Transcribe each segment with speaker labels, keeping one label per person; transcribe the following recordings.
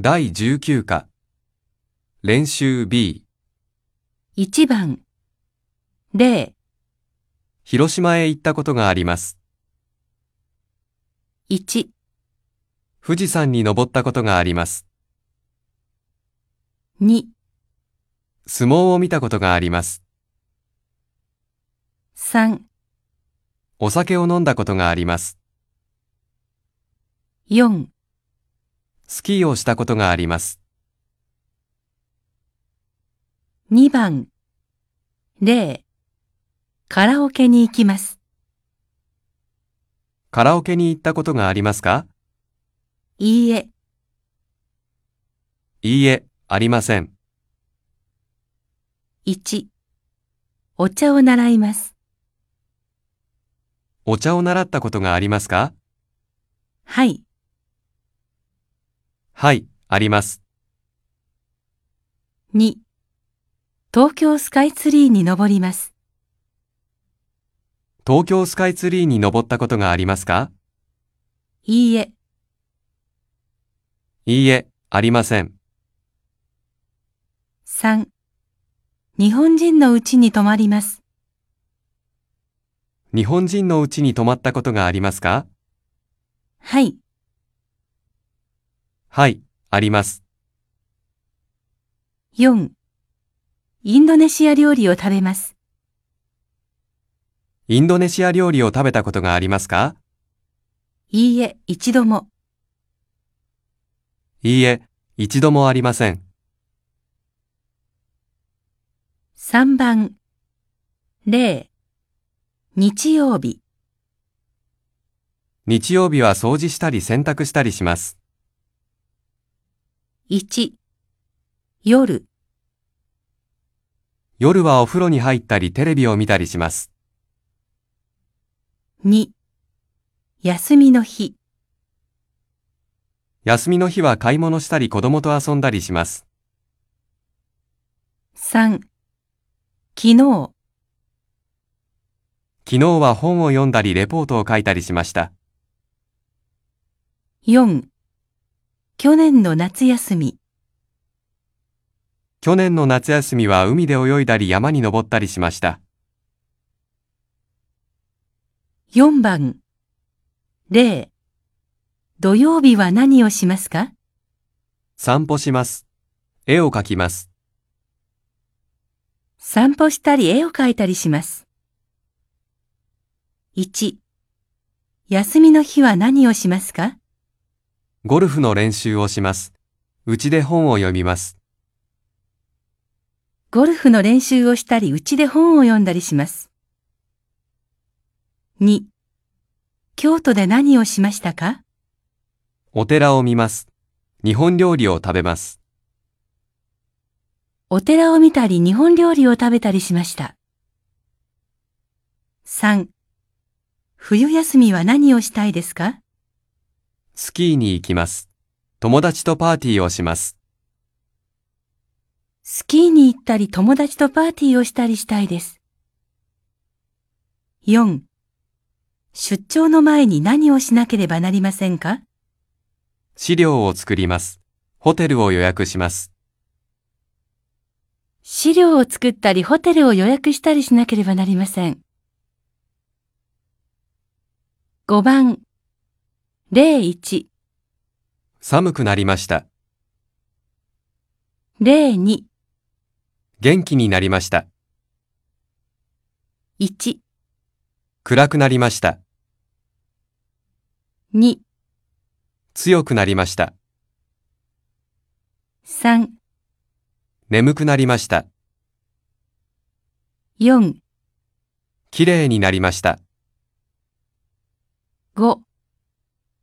Speaker 1: 第19課。練習 B。
Speaker 2: 1番0
Speaker 1: 広島へ行ったことがあります。
Speaker 2: 1
Speaker 1: 富士山に登ったことがあります。
Speaker 2: 2
Speaker 1: 相撲を見たことがあります。
Speaker 2: 3
Speaker 1: お酒を飲んだことがあります。
Speaker 2: 4
Speaker 1: スキーをしたことがあります。
Speaker 2: 2番0カラオケに行きます
Speaker 1: カラオケに行ったことがありますか
Speaker 2: いいえ
Speaker 1: いいえ、ありません。
Speaker 2: 1お茶を習います
Speaker 1: お茶を習ったことがありますか
Speaker 2: はい
Speaker 1: はい、あります。
Speaker 2: 2東京スカイツリーに登ります
Speaker 1: 東京スカイツリーに登ったことがありますか
Speaker 2: いいえ
Speaker 1: いいえ、ありません。
Speaker 2: 3日本人のうちに泊まります
Speaker 1: 日本人のうちに泊まったことがありますか
Speaker 2: はい
Speaker 1: はい、あります。
Speaker 2: 4インドネシア料理を食べます
Speaker 1: インドネシア料理を食べたことがありますか
Speaker 2: いいえ一度も
Speaker 1: いいえ、一度もありません。
Speaker 2: 3番0日曜日
Speaker 1: 日曜日は掃除したり洗濯したりします。
Speaker 2: 1夜
Speaker 1: 夜はお風呂に入ったりテレビを見たりします。
Speaker 2: 2休みの日
Speaker 1: 休みの日は買い物したり子供と遊んだりします。
Speaker 2: 3昨日
Speaker 1: 昨日は本を読んだりレポートを書いたりしました。
Speaker 2: 4去年の夏休み
Speaker 1: 去年の夏休みは海で泳いだり山に登ったりしました。
Speaker 2: 4番0土曜日は何をしますか
Speaker 1: 散歩します。絵を描きます。
Speaker 2: 散歩したり絵を描いたりします。1休みの日は何をしますか
Speaker 1: ゴルフの練習をします。うちで本を読みます。
Speaker 2: ゴルフの練習をしたり、うちで本を読んだりします。2. 京都で何をしましたか
Speaker 1: お寺を見ます。日本料理を食べます。
Speaker 2: お寺を見たり、日本料理を食べたりしました。3. 冬休みは何をしたいですか
Speaker 1: スキーに行きます。友達とパーティーをします。
Speaker 2: スキーに行ったり、友達とパーティーをしたりしたいです。4. 出張の前に何をしなければなりませんか
Speaker 1: 資料を作ります。ホテルを予約します。
Speaker 2: 資料を作ったりホテルを予約したりしなければなりません。5番01、
Speaker 1: 寒くなりました。
Speaker 2: 02、
Speaker 1: 元気になりました。
Speaker 2: 1、
Speaker 1: 暗くなりました。
Speaker 2: 2、
Speaker 1: 強くなりました。
Speaker 2: 3、
Speaker 1: 眠くなりました。
Speaker 2: 4、
Speaker 1: 綺麗になりました。
Speaker 2: 5、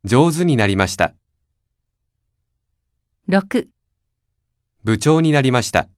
Speaker 1: 上手になりました。
Speaker 2: 6
Speaker 1: 部長になりました。